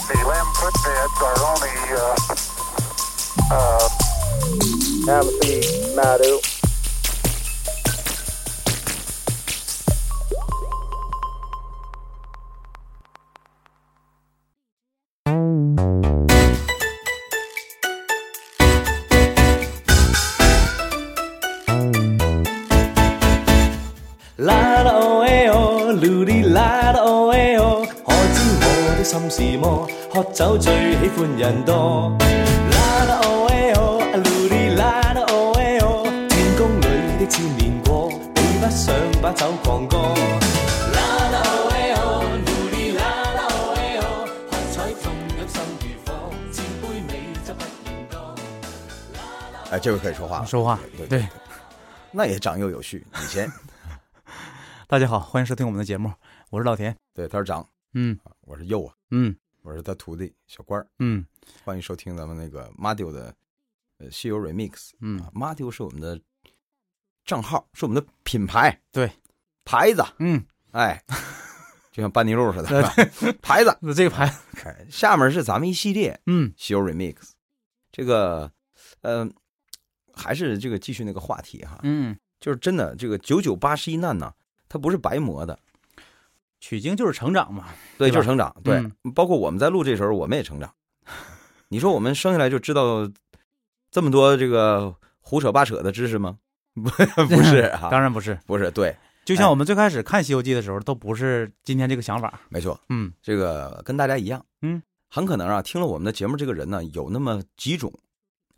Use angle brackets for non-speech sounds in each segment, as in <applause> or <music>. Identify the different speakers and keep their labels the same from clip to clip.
Speaker 1: quit bids are only, uh, uh, Amity, Madu,
Speaker 2: 啦啦哦哎哦，嚕哩啦啦哦哎哦，可知我的心是魔，喝酒最喜歡人多。啦啦哦哎哦，啊嚕哩啦啦哦哎哦，天宮裏的千年果，比不上把酒狂歌。啦啦哦哎哦，嚕哩啦啦哦哎哦，喝彩中飲心如火，千杯美酒不嫌多。
Speaker 3: 哎，这回可以说话了，
Speaker 4: 说话
Speaker 3: 对
Speaker 4: 对，
Speaker 3: 那也长幼有序。你先，
Speaker 4: 大家好，欢迎收听我们的节目，我是老田。
Speaker 3: 对，他是长，
Speaker 4: 嗯
Speaker 3: 我是幼啊，
Speaker 4: 嗯
Speaker 3: 我是他徒弟小官儿。
Speaker 4: 嗯
Speaker 3: 欢迎收听咱们那个 Madio 的呃西游 Remix。啊
Speaker 4: 嗯，
Speaker 3: Madio 是我们的账号，是我们的品牌，
Speaker 4: 对，
Speaker 3: 牌子，
Speaker 4: 嗯，
Speaker 3: 哎，就像班尼路似的，是吧牌子。
Speaker 4: 那这个牌，
Speaker 3: 哎下面是咱们一系列
Speaker 4: 嗯
Speaker 3: 西游 Remix，这个，呃，还是这个继续那个话题哈，
Speaker 4: 嗯，
Speaker 3: 就是真的这个九九八十一难呢，它不是白磨的，
Speaker 4: 取经就是成长嘛，
Speaker 3: 对，
Speaker 4: 对吧
Speaker 3: 就是成长。对，
Speaker 4: 嗯
Speaker 3: 包括我们在录这时候，我们也成长。 <laughs> 你说我们生下来就知道这么多这个胡扯八扯的知识吗？ <laughs> 不，不是啊，哎
Speaker 4: 当然不是。
Speaker 3: 不是。对，
Speaker 4: 就像我们最开始看《西游记》的时候，都不是今天这个想法。
Speaker 3: 没错，
Speaker 4: 嗯
Speaker 3: 这个跟大家一样，
Speaker 4: 嗯，
Speaker 3: 很可能啊，听了我们的节目这个人呢，有那么几种，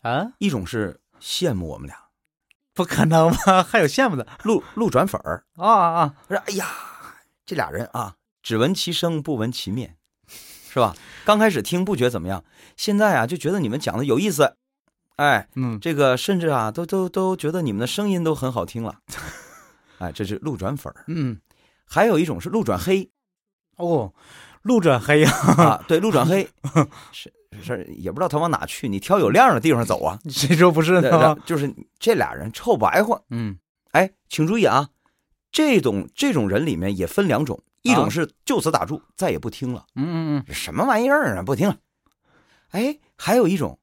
Speaker 4: 啊，
Speaker 3: 一种是羡慕我们俩
Speaker 4: 不可能吧？ <laughs> 还有羡慕的
Speaker 3: 路路转粉儿，
Speaker 4: 啊啊啊！
Speaker 3: 说哎呀，这俩人啊，只闻其声不闻其面，是吧？刚开始听不觉怎么样，现在啊就觉得你们讲的有意思，哎，
Speaker 4: 嗯，
Speaker 3: 这个甚至啊，都都都觉得你们的声音都很好听了。 <laughs> 哎，这是路转粉儿，
Speaker 4: 嗯
Speaker 3: 还有一种是路转黑
Speaker 4: 哦，路转黑呀、 <laughs>
Speaker 3: 啊，对，路转黑是是，也不知道他往哪去，你挑有亮的地方走啊。
Speaker 4: 谁说不是
Speaker 3: 对
Speaker 4: 呢 <laughs>
Speaker 3: 对？就是这俩人臭白话，
Speaker 4: 嗯，
Speaker 3: 哎，请注意啊，这种这种人里面也分两种，一种是就此打住，再也不听了，
Speaker 4: 嗯嗯
Speaker 3: 什么玩意儿啊，不听了。哎，还有一种，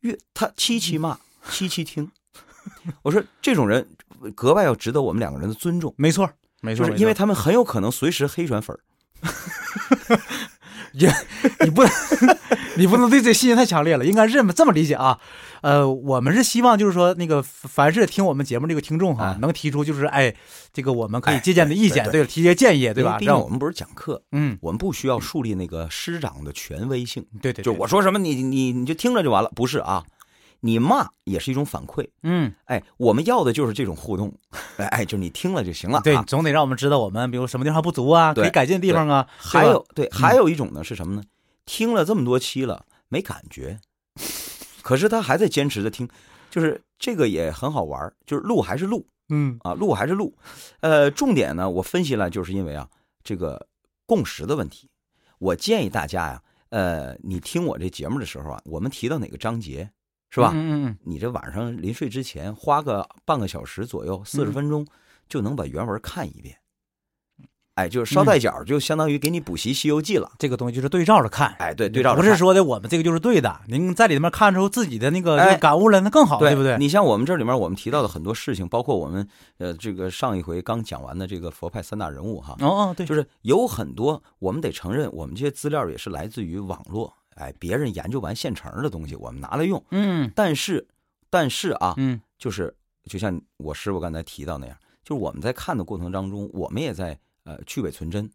Speaker 3: 越他七七骂，七七听。我说这种人格外要值得我们两个人的尊重。
Speaker 4: 没错儿，没
Speaker 3: 就
Speaker 4: 错儿，
Speaker 3: 是因为
Speaker 4: 没错
Speaker 3: 他们很有可能随时黑转粉儿。
Speaker 4: 儿你
Speaker 3: <laughs>
Speaker 4: 不能， <laughs> 你不能对这信心太强烈了，应该是这么这么理解啊。呃，我们是希望就是说，那个凡是听我们节目这个听众哈，
Speaker 3: 啊
Speaker 4: 能提出就是哎，这个我们可
Speaker 3: 哎
Speaker 4: 以借鉴的意见，
Speaker 3: 对
Speaker 4: 对提些建议，对
Speaker 3: 因为
Speaker 4: 吧？
Speaker 3: 毕竟
Speaker 4: 让
Speaker 3: 我们不是讲课，
Speaker 4: 嗯，
Speaker 3: 我们不需要树立那个师长的权威性，
Speaker 4: 对对，
Speaker 3: 就
Speaker 4: 对
Speaker 3: 我，说什么你你你就听着就完了，不是啊？你骂也是一种反馈，
Speaker 4: 嗯，
Speaker 3: 哎，我们要的就是这种互动， <laughs> 哎哎，就是你听了就行了、啊。
Speaker 4: 对，总得让我们知道我们比如什么地方还不足啊，
Speaker 3: 对
Speaker 4: 可以改进的地方啊，对吧
Speaker 3: 还有对，还有一种呢是什么呢？听了这么多期了没感觉，可是他还在坚持着听，就是这个也很好玩儿，就是录还是录，
Speaker 4: 嗯
Speaker 3: 啊，录还是录，呃，重点呢，我分析了，就是因为啊，这个共识的问题，我建议大家呀、呃，你听我这节目的时候啊，我们提到哪个章节，是吧？
Speaker 4: 嗯嗯嗯，
Speaker 3: 你这晚上临睡之前花个半个小时左右，四十
Speaker 4: 嗯
Speaker 3: 分钟就能把原文看一遍，哎，就是
Speaker 4: 嗯
Speaker 3: 捎带脚儿，就相当于给你补习《西游记》了。
Speaker 4: 这个东西就是对照着看，
Speaker 3: 哎，对，对照着
Speaker 4: 不是
Speaker 3: 看
Speaker 4: 说的我们这个就是对的，您在里面看出自己的那个这
Speaker 3: 哎
Speaker 4: 个感悟来，那更好，
Speaker 3: 对
Speaker 4: 不对？
Speaker 3: 你像我们这里面我们提到的很多事情，包括我们呃这个上一回刚讲完的这个佛派三大人物哈，
Speaker 4: 哦哦，对，
Speaker 3: 就是有很多我们得承认，我们这些资料也是来自于网络，哎，别人研究完现成的东西，我们拿来用。
Speaker 4: 嗯
Speaker 3: 但是，但是啊，
Speaker 4: 嗯
Speaker 3: 就是就像我师傅刚才提到那样，就是我们在看的过程当中，我们也在呃去伪存真，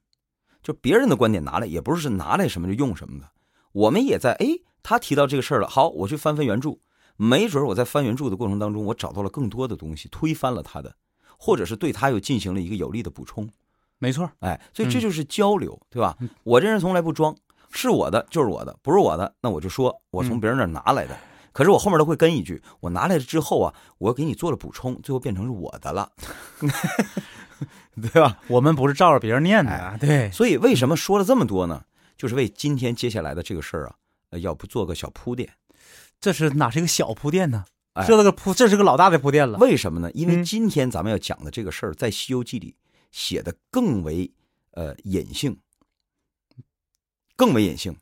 Speaker 3: 就别人的观点拿来也不是拿来什么就用什么的，我们也在哎，他提到这个事儿了，好，我去翻翻原著，没准儿我在翻原著的过程当中，我找到了更多的东西，推翻了他的，或者是对他又进行了一个有力的补充。
Speaker 4: 没错，
Speaker 3: 哎，所以
Speaker 4: 嗯
Speaker 3: 这就是交流，对吧？我这人从来不装，是我的就是我的，不是我的那我就说我从
Speaker 4: 嗯
Speaker 3: 别人那儿拿来的。可是我后面都会跟一句，我拿来了之后啊，我给你做了补充，最后变成是我的了， <laughs> 对吧？哎
Speaker 4: 我们不是照着别人念的，对，
Speaker 3: 所以为什么说了这么多呢？就是为今天接下来的这个事儿啊，呃要不做个小铺垫。
Speaker 4: 这是哪是一个小铺垫呢？
Speaker 3: 哎
Speaker 4: 这是个铺，这是个老大的铺垫了。
Speaker 3: 为什么呢？因为
Speaker 4: 嗯
Speaker 3: 今天咱们要讲的这个事儿，在《西游记》里写的更为呃隐性，更为隐性。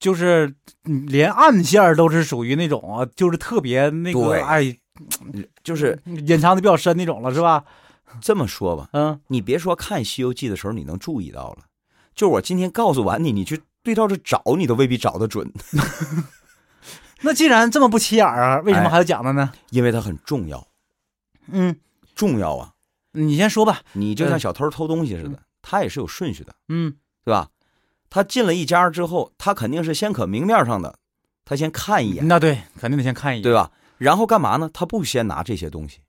Speaker 4: 就是嗯连暗线儿都是属于那种啊，就是特别那
Speaker 3: 对
Speaker 4: 个哎，
Speaker 3: 就是
Speaker 4: 隐藏的比较深那种了，是吧？
Speaker 3: 这么说吧，
Speaker 4: 嗯，
Speaker 3: 你别说看《西游记》的时候你能注意到了，就我今天告诉完你，你去对照着找，你都未必找得准， <laughs>
Speaker 4: <laughs> 那既然这么不起眼儿啊，为什么
Speaker 3: 哎
Speaker 4: 还要讲它呢？
Speaker 3: 因为它很重要，
Speaker 4: 嗯，
Speaker 3: 重要啊！
Speaker 4: 你先说吧。
Speaker 3: 你就
Speaker 4: 嗯
Speaker 3: 像小偷偷东西似的，他也是有顺序的，
Speaker 4: 嗯
Speaker 3: 对吧？他进了一家之后，他肯定是先可明面上的，他先看一眼，
Speaker 4: 嗯那对，肯定得先看一眼。
Speaker 3: 对吧？然后干嘛呢？他不先拿这些东西，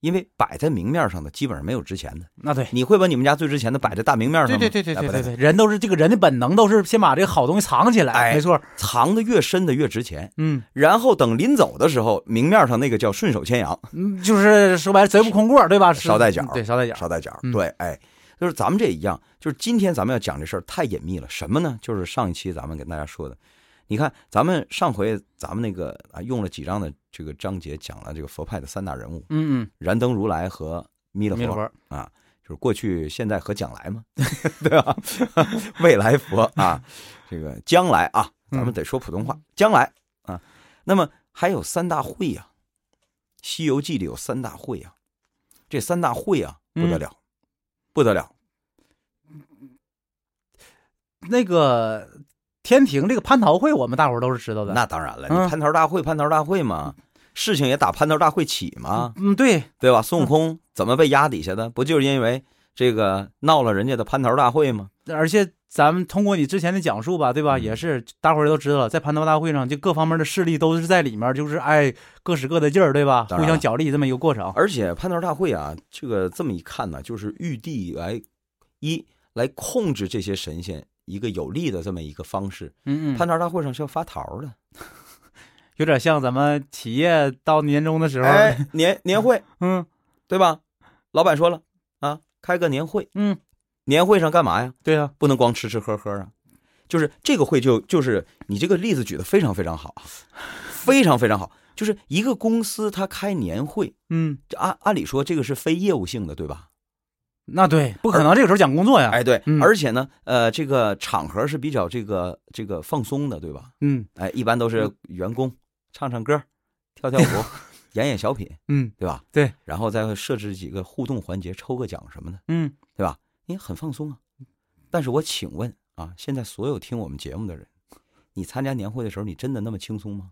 Speaker 3: 因为摆在明面上的基本上没有值钱的。
Speaker 4: 那对，
Speaker 3: 你会把你们家最值钱的摆在大明面上吗？
Speaker 4: 对对对
Speaker 3: 哎
Speaker 4: 对
Speaker 3: 不
Speaker 4: 对
Speaker 3: 太
Speaker 4: 对，人都是这个人的本能都是先把这个好东西藏起来，
Speaker 3: 哎
Speaker 4: 没错。
Speaker 3: 藏的越深的越值钱。
Speaker 4: 嗯
Speaker 3: 然后等临走的时候，明面上那个叫顺手牵羊，
Speaker 4: 嗯，就是说白了贼不空过，对 <laughs> 吧？是
Speaker 3: 捎带脚
Speaker 4: 对，捎带脚。
Speaker 3: 捎带脚。
Speaker 4: 嗯
Speaker 3: 对，哎，就是咱们这一样，就是今天咱们要讲这事儿太隐秘了。什么呢？就是上一期咱们跟大家说的，你看咱们上回咱们那个啊用了几章的这个章节讲了这个佛派的三大人物
Speaker 4: 嗯
Speaker 3: 燃灯如来和弥勒
Speaker 4: 嗯，弥勒
Speaker 3: 佛
Speaker 4: 佛，
Speaker 3: 啊，就是过去、现在和将来嘛， <laughs> 对吧？未来佛啊，这个将来啊，咱
Speaker 4: 嗯
Speaker 3: 们得说普通话，将来啊。那么还有三大会呀、西游记》里有三大会呀、这三大会啊不
Speaker 4: 嗯
Speaker 3: 得了，不得了。
Speaker 4: 那个天庭这个蟠桃会，我们大伙儿都是知道的。
Speaker 3: 那当然了，你
Speaker 4: 嗯
Speaker 3: 蟠桃大会，蟠桃大会嘛，事情也打蟠桃大会起嘛，
Speaker 4: 嗯，对，
Speaker 3: 对吧？孙悟空怎么被压底下的？不就是因为这个闹了人家的蟠桃大会吗？
Speaker 4: 而且咱们通过你之前的讲述吧，对吧？
Speaker 3: 嗯
Speaker 4: 也是大伙儿都知道了，在蟠桃大会上，就各方面的势力都是在里面，就是哎，各使各的劲儿，对吧？
Speaker 3: 当
Speaker 4: 互
Speaker 3: 然了
Speaker 4: 相角力这么一个过程。
Speaker 3: 而且蟠桃大会啊，这个这么一看呢，就是玉帝来一来控制这些神仙一个有利的这么一个方式。
Speaker 4: 嗯
Speaker 3: 蟠
Speaker 4: 嗯，
Speaker 3: 桃大会上是要发桃的，
Speaker 4: 有点像咱们企业到年终的时候，
Speaker 3: 哎，年年会
Speaker 4: 嗯
Speaker 3: 对吧？老板说了啊，开个年会，
Speaker 4: 嗯，
Speaker 3: 年会上干嘛呀？
Speaker 4: 对啊呀、
Speaker 3: 不能光吃吃喝喝啊，就是这个会就就是你这个例子举的非常非常好，非常非常好，就是一个公司它开年会，
Speaker 4: 嗯，
Speaker 3: 这按按理说这个是非业务性的，对吧？
Speaker 4: 那对，不可能这个时候讲工作呀。
Speaker 3: 哎，对，
Speaker 4: 嗯
Speaker 3: 而且呢，呃，这个场合是比较这个这个放松的，对吧？
Speaker 4: 嗯
Speaker 3: 哎，一般都是员工唱唱歌、跳跳
Speaker 4: <laughs>
Speaker 3: 舞、演演小品，
Speaker 4: 嗯
Speaker 3: 对吧？
Speaker 4: 对，
Speaker 3: 然后再设置几个互动环节，抽个奖什么的，
Speaker 4: 嗯，
Speaker 3: 你很放松啊。但是我请问啊，现在所有听我们节目的人，你参加年会的时候，你真的那么轻松吗？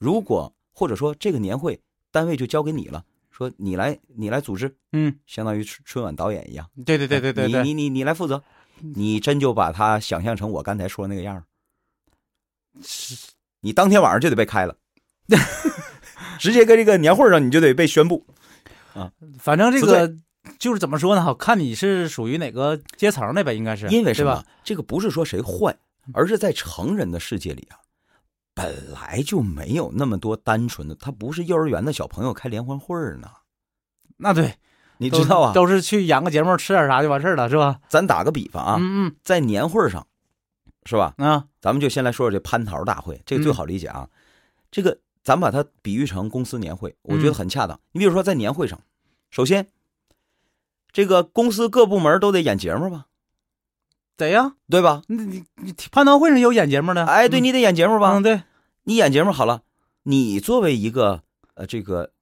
Speaker 3: 如果或者说这个年会单位就交给你了，说你来你来组织，
Speaker 4: 嗯，
Speaker 3: 相当于春春晚导演一样。
Speaker 4: 对对对对对对，
Speaker 3: 哎你你你你来负责，你真就把它想象成我刚才说那个样儿，你当天晚上就得被
Speaker 4: <laughs>
Speaker 3: 开了，直接跟这个年会上你就得被宣布。
Speaker 4: 反正这
Speaker 3: 不
Speaker 4: 个就是怎么说呢？好看你是属于哪个阶层的呗，应该是啊
Speaker 3: 因为
Speaker 4: 对
Speaker 3: 什么
Speaker 4: 吧？？嗯
Speaker 3: 这个不是说谁坏，而是在成人的世界里啊，本来就没有那么多单纯的，他不是幼儿园的小朋友开联欢会儿呢，
Speaker 4: 那对，
Speaker 3: 你
Speaker 4: 你
Speaker 3: 知道啊？
Speaker 4: 都是去演个节目，吃点啥就完事儿了，是吧？
Speaker 3: 咱打个比方啊，
Speaker 4: 嗯
Speaker 3: 在年会上，是吧？
Speaker 4: 嗯啊，
Speaker 3: 咱们就先来说说这蟠桃大会，
Speaker 4: 嗯
Speaker 3: 这个最好理解啊。这个咱把它比喻成公司年会，我觉
Speaker 4: 嗯
Speaker 3: 得很恰当。你比如说在年会上，首先，这个公司各部门都得演节目吧，
Speaker 4: 得呀。
Speaker 3: 对吧？
Speaker 4: 那啊你你蟠桃会上有演节目的，
Speaker 3: 哎，对你得演节目
Speaker 4: 嗯
Speaker 3: 吧？
Speaker 4: 嗯对，
Speaker 3: 你演节目好了，你作为一个呃这个，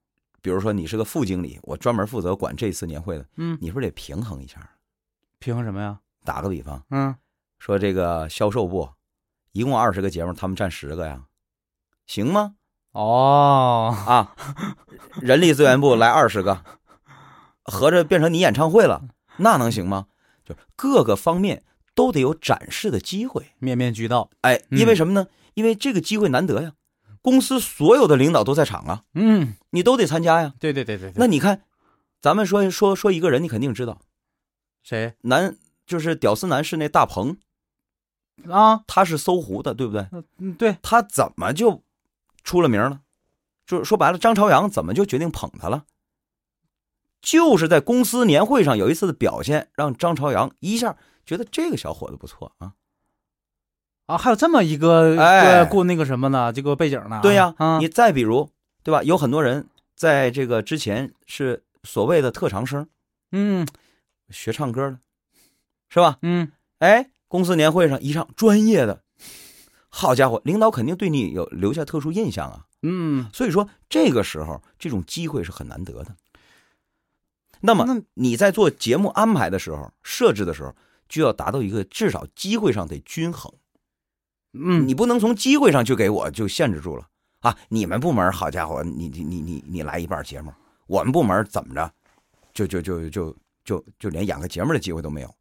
Speaker 3: 比如说你是个副经理，我专门负责管这次年会的，
Speaker 4: 嗯，
Speaker 3: 你是不是得平衡一下？
Speaker 4: 凭什么呀？
Speaker 3: 打个比方，
Speaker 4: 嗯，
Speaker 3: 说这个销售部一共二十个节目，他们占十个呀，行吗？
Speaker 4: 哦，
Speaker 3: 啊，人力资源部来二十个，合着变成你演唱会了，那能行吗？就是各个方面都得有展示的机会。
Speaker 4: 面面俱到，
Speaker 3: 哎，
Speaker 4: 嗯
Speaker 3: 因为什么呢？因为这个机会难得呀，公司所有的领导都在场啊，
Speaker 4: 嗯，
Speaker 3: 你都得参加呀。
Speaker 4: 对对对对对
Speaker 3: 那你看，咱们说说说一个人，你肯定知道，
Speaker 4: 谁
Speaker 3: 男就是屌丝男是那大鹏，
Speaker 4: 啊？
Speaker 3: 他是搜狐的，对不对？
Speaker 4: 嗯，对，
Speaker 3: 他怎么就出了名了？就是说白了，张朝阳怎么就决定捧他了？就是在公司年会上有一次的表现，让张朝阳一下觉得这个小伙子不错啊。
Speaker 4: 啊，还有这么一个
Speaker 3: 哎
Speaker 4: 呃顾那个什么呢？这个背景呢？
Speaker 3: 对呀、
Speaker 4: 啊，
Speaker 3: 你再比如，对吧？有很多人在这个之前是所谓的特长生，
Speaker 4: 嗯
Speaker 3: 学唱歌的，是吧？
Speaker 4: 嗯，
Speaker 3: 哎，公司年会上一上专业的，好家伙，领导肯定对你有留下特殊印象啊。
Speaker 4: 嗯，
Speaker 3: 所以说这个时候这种机会是很难得的。那么你在做节目安排的时候、设置的时候，就要达到一个至少机会上得均衡。
Speaker 4: 嗯，
Speaker 3: 你不能从机会上就给我就限制住了啊！你们部门好家伙，你你你你你来一半节目，我们部门怎么着，就就就就就就连演个节目的机会都没有，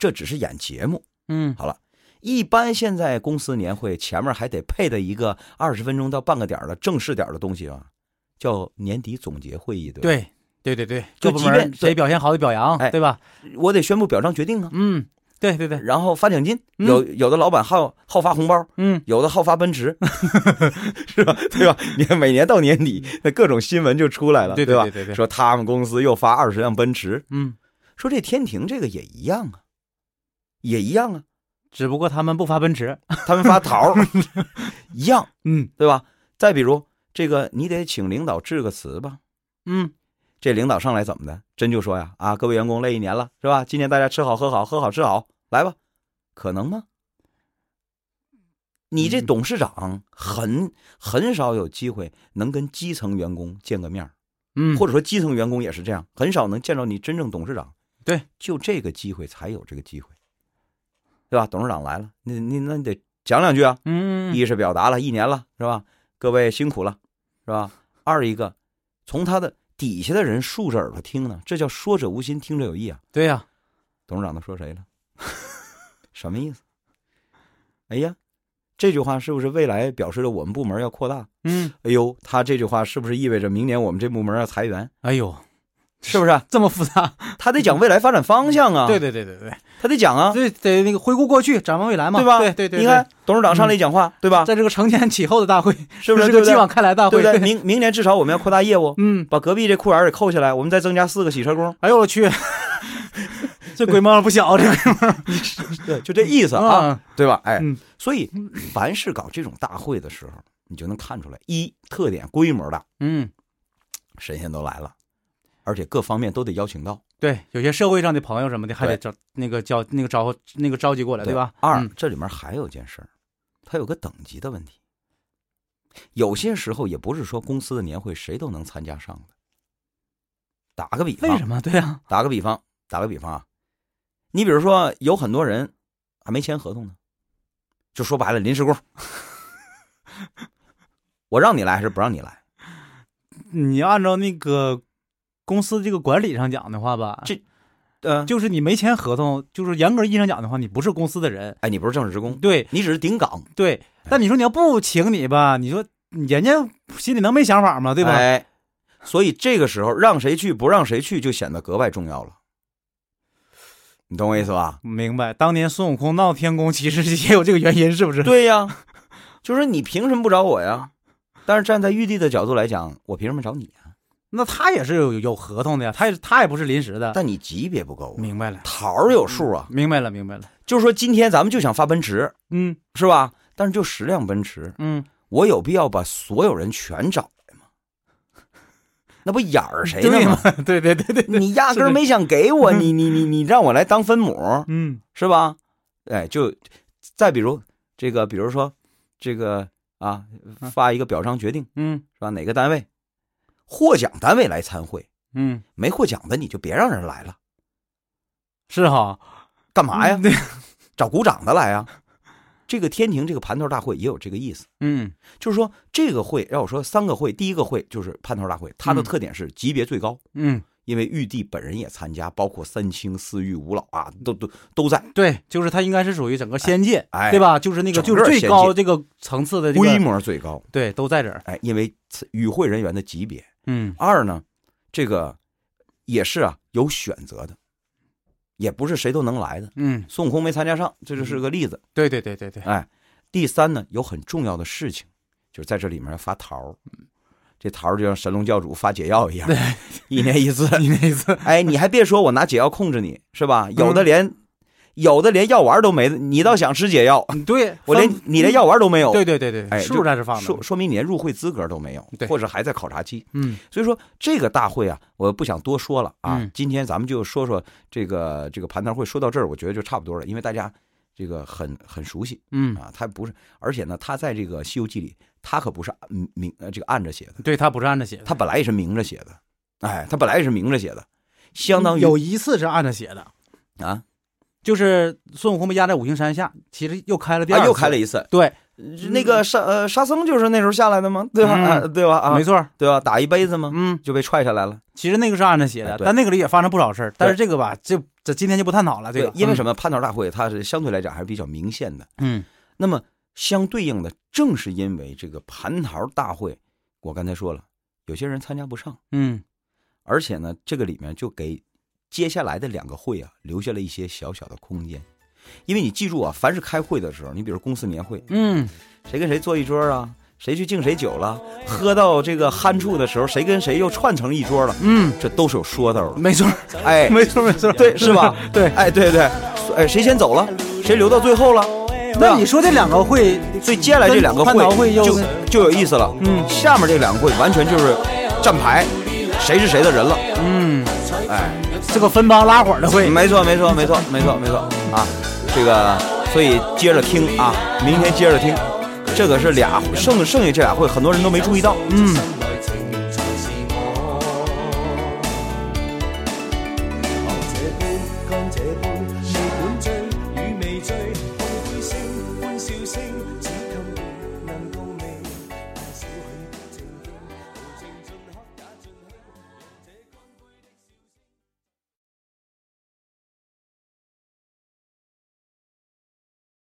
Speaker 3: 这只是演节目。
Speaker 4: 嗯，
Speaker 3: 好了，一般现在公司年会前面还得配的一个二十分钟到半个点的正式点的东西啊，叫年底总结会议，对吧？
Speaker 4: 对对对对，
Speaker 3: 就
Speaker 4: 部
Speaker 3: 即便
Speaker 4: 门谁表现好的表扬，
Speaker 3: 哎
Speaker 4: 对吧？
Speaker 3: 我得宣布表彰决定啊，
Speaker 4: 嗯，对对对，
Speaker 3: 然后发奖金，
Speaker 4: 嗯
Speaker 3: 有有的老板好好发红包，
Speaker 4: 嗯，
Speaker 3: 有的好发
Speaker 4: <laughs>
Speaker 3: 奔驰，是吧？对吧？你看每年到年底，那各种新闻就出来了，
Speaker 4: 嗯对
Speaker 3: 吧？
Speaker 4: 对对对对，
Speaker 3: 说他们公司又发二十辆奔驰，
Speaker 4: 嗯，
Speaker 3: 说这天庭这个也一样啊，也一样啊，
Speaker 4: 只不过他们不发奔驰，
Speaker 3: 他们发
Speaker 4: <laughs>
Speaker 3: 桃儿一样，
Speaker 4: 嗯
Speaker 3: 对吧？再比如这个，你得请领导致个词吧。
Speaker 4: 嗯
Speaker 3: 这领导上来怎么的？真就说呀啊，各位员工累一年了，是吧？今年大家吃好喝好，喝好吃好，来吧，可能吗？你这
Speaker 4: 嗯
Speaker 3: 董事长很很少有机会能跟基层员工见个面儿，
Speaker 4: 嗯，
Speaker 3: 或
Speaker 4: 者
Speaker 3: 者说基层员工也是这样，很少能见到你真正董事长。
Speaker 4: 对，
Speaker 3: 就这个机会才有这个机会，对吧？董事长来了，你你那你得讲两句啊，
Speaker 4: 嗯嗯
Speaker 3: 一是表达了一年了，是吧？各位辛苦了，是吧？二一个，从他的底下的人竖着耳朵听呢，这叫说者无心，听者有意啊。
Speaker 4: 对呀，
Speaker 3: 董事长都说谁了？ <laughs> 什么意思？哎呀，这句话是不是未来表示着我们部门要扩大？
Speaker 4: 嗯，
Speaker 3: 哎呦，他这句话是不是意味着明年我们这部门要裁员？
Speaker 4: 哎呦，
Speaker 3: 是不是？
Speaker 4: 啊
Speaker 3: <laughs>
Speaker 4: 这么复杂，
Speaker 3: 他得讲未来发展方向啊，
Speaker 4: 嗯对，对对对对，
Speaker 3: 他得讲啊，
Speaker 4: 对得那个回顾过去，展望未来嘛，
Speaker 3: 对吧？
Speaker 4: 对对对，
Speaker 3: 你看董事长上来一讲话，对吧
Speaker 4: 对，？在这个承前启后的大会，
Speaker 3: 是不
Speaker 4: 这 <laughs>
Speaker 3: 是？
Speaker 4: 是
Speaker 3: <laughs> 对
Speaker 4: 个
Speaker 3: 不
Speaker 4: 继
Speaker 3: 对
Speaker 4: 往？开来大
Speaker 3: 对
Speaker 4: 会，
Speaker 3: 不对？明明年至少我们要扩大业务，
Speaker 4: <laughs> 嗯，
Speaker 3: 把隔壁这裤衩给扣下来，我们再增加四个洗车工，
Speaker 4: 哎呦我去， <laughs> 这规模不小，这
Speaker 3: <laughs>
Speaker 4: 个
Speaker 3: 对，就这意思啊，
Speaker 4: 啊，
Speaker 3: 对吧？哎
Speaker 4: 嗯，
Speaker 3: 所以凡是搞这种大会的时候，你就能看出来，一特点规模大，
Speaker 4: 嗯，
Speaker 3: 神仙都来了，而且各方面都得邀请到，
Speaker 4: 对，有些社会上的朋友什么的，还得
Speaker 3: 对
Speaker 4: 找那个叫那个招那个召集过来，对吧？
Speaker 3: 二
Speaker 4: 嗯，
Speaker 3: 这里面还有件事儿，它有个等级的问题。有些时候也不是说公司的年会谁都能参加上的。打个比方，
Speaker 4: 为什么？对啊呀，
Speaker 3: 打个比方，打个比方啊，你比如说有很多人还没签合同呢，就说白了临时工，我让你来还是不让你来？
Speaker 4: 你要按照那个公司这个管理上讲的话吧，
Speaker 3: 这嗯、
Speaker 4: 就是你没签合同，就是严格意义上讲的话，你不是公司的人。
Speaker 3: 哎，你不是正式职工，
Speaker 4: 对
Speaker 3: 你只是顶岗，
Speaker 4: 对，但你说你要不请你吧，你说人家心里能没想法吗？对吧？
Speaker 3: 哎，所以这个时候让谁去不让谁去就显得格外重要了，你懂我意思吧？
Speaker 4: 明白。当年孙悟空闹天宫，其实也有这个原因，是不是？
Speaker 3: 对呀， <laughs> 就是你凭什么不找我呀？但是站在玉帝的角度来讲，我凭什么找你啊？
Speaker 4: <laughs> 那他也是有有合同的呀，他也他也不是临时的。
Speaker 3: 但你级别不够啊，
Speaker 4: 明白了，嗯
Speaker 3: 桃儿有数啊。
Speaker 4: 明白了，明白了。
Speaker 3: 就是说今天咱们就想发奔驰，
Speaker 4: 嗯
Speaker 3: 是吧？但是就十辆奔驰，
Speaker 4: 嗯，
Speaker 3: 我有必要把所有人全找来吗？ <laughs> 那不眼儿谁
Speaker 4: 对
Speaker 3: 呢
Speaker 4: 嘛 <laughs>
Speaker 3: 吗？？
Speaker 4: 对对对对对，
Speaker 3: 你压根儿没想给我，
Speaker 4: 是的
Speaker 3: 你你你你让我来当分母，
Speaker 4: 嗯
Speaker 3: 是吧？哎，就再比如这个，比如说这个啊，发一个表彰决定
Speaker 4: 嗯
Speaker 3: 是吧？哪个单位获奖单位来参会，
Speaker 4: 嗯，
Speaker 3: 没获奖的你就别让人来了，
Speaker 4: 是哈？
Speaker 3: 干嘛呀
Speaker 4: 嗯？对
Speaker 3: 找鼓掌的来啊！这个天庭这个蟠桃大会也有这个意思。
Speaker 4: 嗯
Speaker 3: 就是说这个会要我说三个会，第一个会就是蟠桃大会，它的特点是级别最高，
Speaker 4: 嗯，
Speaker 3: 因为玉帝本人也参加，包括三清四御五老啊，都都都在，
Speaker 4: 对，就是他应该是属于整个仙界，
Speaker 3: 哎
Speaker 4: 对吧？就是那个
Speaker 3: 整
Speaker 4: 就
Speaker 3: 个
Speaker 4: 是最
Speaker 3: 仙
Speaker 4: 高这
Speaker 3: 界
Speaker 4: 个层次的这
Speaker 3: 规
Speaker 4: 个，
Speaker 3: 模最高。
Speaker 4: 对，都在这儿。
Speaker 3: 哎，因为此与会人员的级别。
Speaker 4: 嗯
Speaker 3: 二呢，这个也是啊，有选择的，也不是谁都能来的。
Speaker 4: 嗯，
Speaker 3: 孙悟空没参加上，这就是个例子。
Speaker 4: 对对对对
Speaker 3: <laughs>
Speaker 4: 对，
Speaker 3: 哎，第三呢，有很重要的事情，就是在这里面要发桃儿。这桃儿就像神龙教主发解药一样，一年
Speaker 4: <laughs>
Speaker 3: 一次，
Speaker 4: 你那一次，
Speaker 3: 哎，你还别说，我拿解药控制你是吧？
Speaker 4: 嗯
Speaker 3: 有的连、有的连药丸都没，你倒想吃解药，
Speaker 4: 对
Speaker 3: 我连
Speaker 4: 嗯分嗯
Speaker 3: 你连药丸都没有，
Speaker 4: 对对对对，
Speaker 3: 哎
Speaker 4: 数在这放着
Speaker 3: 说
Speaker 4: 呢。
Speaker 3: 说明你连入会资格都没有
Speaker 4: 对，
Speaker 3: 或者还在考察期。
Speaker 4: 嗯
Speaker 3: 所以说这个大会啊，我不想多说了啊。
Speaker 4: 嗯
Speaker 3: 今天咱们就说说这个这个蟠桃会，说到这儿，我觉得就差不多了，因为大家这个很很熟悉
Speaker 4: 嗯，
Speaker 3: 啊，他不是，而且呢，他在这个《西游记》里，他可不是按明呃这个按着写的，
Speaker 4: 对他不是按着写的，
Speaker 3: 他本来也是明着写的，哎，他本来也是明着写的，相当于
Speaker 4: 嗯有一次是按着写的，
Speaker 3: 啊
Speaker 4: 就是孙悟空被压在五行山下，其实又开了第二次、
Speaker 3: 啊又开了一次，
Speaker 4: 对，
Speaker 3: 那个沙呃沙僧就是那时候下来的吗？对吧？
Speaker 4: 嗯
Speaker 3: 啊对吧？啊
Speaker 4: 没，错，
Speaker 3: 对吧？打一杯子吗？
Speaker 4: 嗯，
Speaker 3: 就被踹下来了。
Speaker 4: 其实那个是按着写的
Speaker 3: 哎，对
Speaker 4: 但那个里也发生不少事儿，但是这个吧，这这今天就不探讨了，这
Speaker 3: 对
Speaker 4: 个，
Speaker 3: 因为什
Speaker 4: 么？
Speaker 3: 么？蟠桃大会它是相对来讲还是比较明显的。
Speaker 4: 嗯
Speaker 3: 那么相对应的，正是因为这个蟠桃大会，我刚才说了，有些人参加不上，
Speaker 4: 嗯，
Speaker 3: 而且呢，这个里面就给接下来的两个会啊留下了一些小小的空间。因为你记住啊，凡是开会的时候，你比如公司年会，
Speaker 4: 嗯，
Speaker 3: 谁跟谁坐一桌啊，谁去敬谁酒了，喝到这个酣处的时候，谁跟谁又串成一桌了，
Speaker 4: 嗯，
Speaker 3: 这都是有说头的。
Speaker 4: 没错，
Speaker 3: 哎，
Speaker 4: 没错，没错， <laughs>
Speaker 3: 对，是吧？
Speaker 4: 对。
Speaker 3: 哎，对对，哎，谁先走了，谁留到最后了，对吧
Speaker 4: 那你说这两个会，
Speaker 3: 所以接下来这两个
Speaker 4: 跟蟠桃会又
Speaker 3: 就是就有意思了。
Speaker 4: 嗯
Speaker 3: 下面这两个会完全就是站牌，谁是谁的人了。
Speaker 4: 嗯，
Speaker 3: 哎，
Speaker 4: 这个分帮拉伙的会，
Speaker 3: 没错，没错，没错，没错，没错啊！这个，所以接着听啊，明天接着听。这个是俩剩剩下这俩会，很多人都没注意到。
Speaker 4: 嗯，